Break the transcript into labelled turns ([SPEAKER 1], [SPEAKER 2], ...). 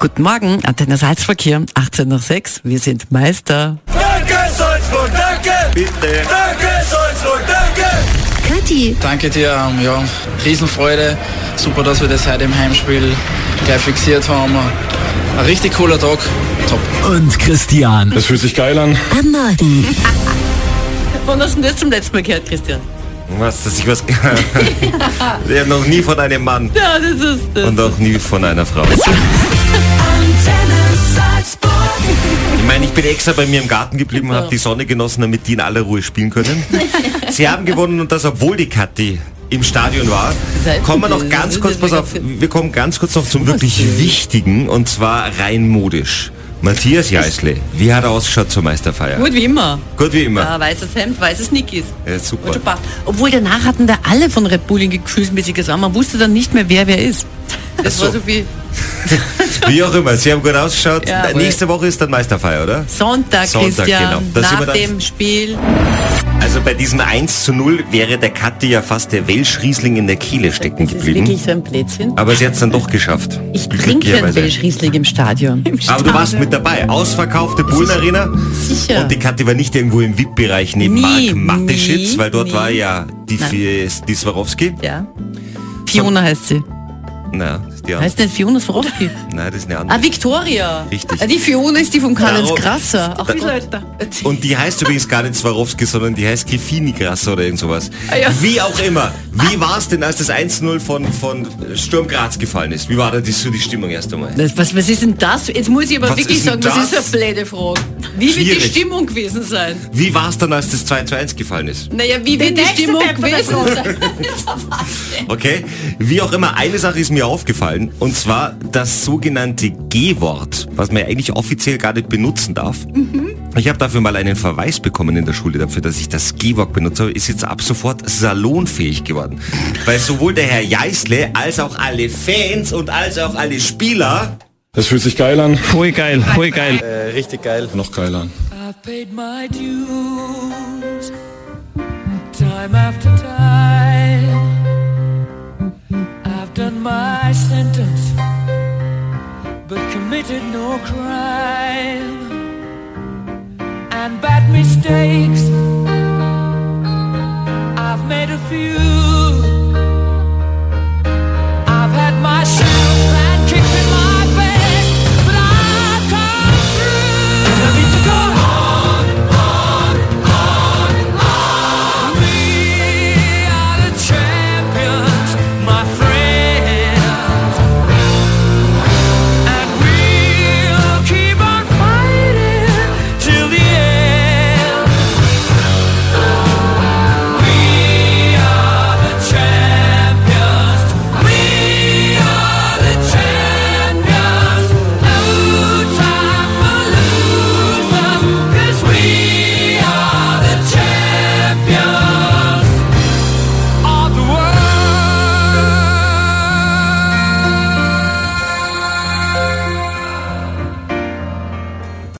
[SPEAKER 1] Guten Morgen, Antenne Salzburg hier, 18 nach 6. Wir sind Meister.
[SPEAKER 2] Danke Salzburg, danke! Bitte! Danke Salzburg, danke!
[SPEAKER 3] Kathi,
[SPEAKER 4] Danke dir, ähm, ja, Riesenfreude. Super, dass wir das heute im Heimspiel gleich fixiert haben. Ein richtig cooler Tag. Top.
[SPEAKER 5] und Christian.
[SPEAKER 6] Das fühlt sich geil an.
[SPEAKER 3] am Morgen.
[SPEAKER 1] Wann hast du denn das zum letzten Mal gehört, Christian?
[SPEAKER 7] Was, dass ich was. Der hat noch nie von einem Mann
[SPEAKER 1] Ja, das ist das.
[SPEAKER 7] und auch nie von einer Frau. Ich meine, ich bin extra bei mir im Garten geblieben und habe die Sonne genossen, damit die in aller Ruhe spielen können. Sie haben gewonnen und das, obwohl die Kathi im Stadion war.
[SPEAKER 1] Selten
[SPEAKER 7] Kommen wir noch
[SPEAKER 1] gewesen,
[SPEAKER 7] ganz
[SPEAKER 1] das
[SPEAKER 7] kurz,
[SPEAKER 1] ist
[SPEAKER 7] pass
[SPEAKER 1] ja
[SPEAKER 7] auf,
[SPEAKER 1] ganz-
[SPEAKER 7] wir kommen ganz kurz noch zum wirklich Wichtigen und zwar rein modisch. Matthias Jeißle, wie hat er ausgeschaut zur Meisterfeier?
[SPEAKER 1] Gut wie immer.
[SPEAKER 7] Gut wie immer.
[SPEAKER 1] Ja, weißes Hemd, weißes Nikis.
[SPEAKER 7] Ja,
[SPEAKER 1] Und
[SPEAKER 7] super.
[SPEAKER 1] schon passt. Obwohl danach hatten da alle von Red Bull ein gefühlsmäßiges an. Man wusste dann nicht mehr, wer wer ist. Das
[SPEAKER 7] Ach so.
[SPEAKER 1] war so viel
[SPEAKER 7] Wie auch immer, Sie haben gut ausgeschaut.
[SPEAKER 1] Ja, aber-
[SPEAKER 7] Nächste Woche ist dann Meisterfeier, oder?
[SPEAKER 1] Sonntag,
[SPEAKER 7] Sonntag, genau.
[SPEAKER 1] Christian,
[SPEAKER 7] Da sind wir
[SPEAKER 1] nach
[SPEAKER 7] dann-
[SPEAKER 1] dem Spiel.
[SPEAKER 7] Also bei diesem 1 zu 0 wäre der Kathi ja fast der Welschriesling in der Kehle stecken
[SPEAKER 1] Das ist wirklich
[SPEAKER 7] geblieben.
[SPEAKER 1] so ein Blödsinn.
[SPEAKER 7] Aber sie hat es dann doch geschafft.
[SPEAKER 1] Ich trinke den
[SPEAKER 7] Glücklicherweise.
[SPEAKER 1] Belsch Riesling im Stadion.
[SPEAKER 7] Aber du warst mit dabei. Ausverkaufte Bullenarena.
[SPEAKER 1] Sicher.
[SPEAKER 7] Und die Kathi war nicht irgendwo im VIP-Bereich neben
[SPEAKER 1] Nie,
[SPEAKER 7] Mark Mateschitz,
[SPEAKER 1] nie,
[SPEAKER 7] weil dort
[SPEAKER 1] nie.
[SPEAKER 7] war ja die,
[SPEAKER 1] Nein.
[SPEAKER 7] Fies- die Swarovski.
[SPEAKER 1] Ja. Fiona heißt sie.
[SPEAKER 7] Na, das ist die andere.
[SPEAKER 1] Heißt denn Fiona Swarovski?
[SPEAKER 7] Nein, das ist eine andere.
[SPEAKER 1] ah, Victoria.
[SPEAKER 7] Richtig.
[SPEAKER 1] Ah, Die Fiona ist die vom Karl-Heinz
[SPEAKER 7] Darum-
[SPEAKER 1] Grasser. Ach,
[SPEAKER 7] Da-
[SPEAKER 1] Gott.
[SPEAKER 7] Und die heißt übrigens gar nicht Swarovski, sondern die heißt Kefini Gras oder irgend sowas.
[SPEAKER 1] ja.
[SPEAKER 7] Wie auch immer. Wie war es denn, als das 1-0 von, von Sturm Graz gefallen ist? Wie war da die, so die Stimmung erst einmal?
[SPEAKER 1] Das, was, was ist denn das? Jetzt muss ich aber
[SPEAKER 7] Was
[SPEAKER 1] wirklich
[SPEAKER 7] ist
[SPEAKER 1] sagen,
[SPEAKER 7] denn
[SPEAKER 1] das
[SPEAKER 7] das?
[SPEAKER 1] ist eine blöde Frage. Wie wird die
[SPEAKER 7] Schwierig.
[SPEAKER 1] Stimmung gewesen sein?
[SPEAKER 7] Wie war es dann, als das 2-1 gefallen ist?
[SPEAKER 1] Naja, wie wird die Stimmung gewesen sein?
[SPEAKER 7] Okay? Wie auch immer, eine Sache ist mir aufgefallen. Und zwar das sogenannte G-Wort, was man ja eigentlich offiziell gar nicht benutzen darf. Ich habe dafür mal einen Verweis bekommen in der Schule dafür, dass ich das G-Wort benutze, ist jetzt ab sofort salonfähig geworden. Weil sowohl der Herr Jeißle als auch alle Fans und als auch alle Spieler
[SPEAKER 6] Das fühlt sich geil an.
[SPEAKER 8] Voll geil, voll geil.
[SPEAKER 4] Äh, richtig geil.
[SPEAKER 6] Noch geiler an.
[SPEAKER 9] paid my dues time after time. I've done my sentence, but committed no crime. And bad mistakes, I've made a few.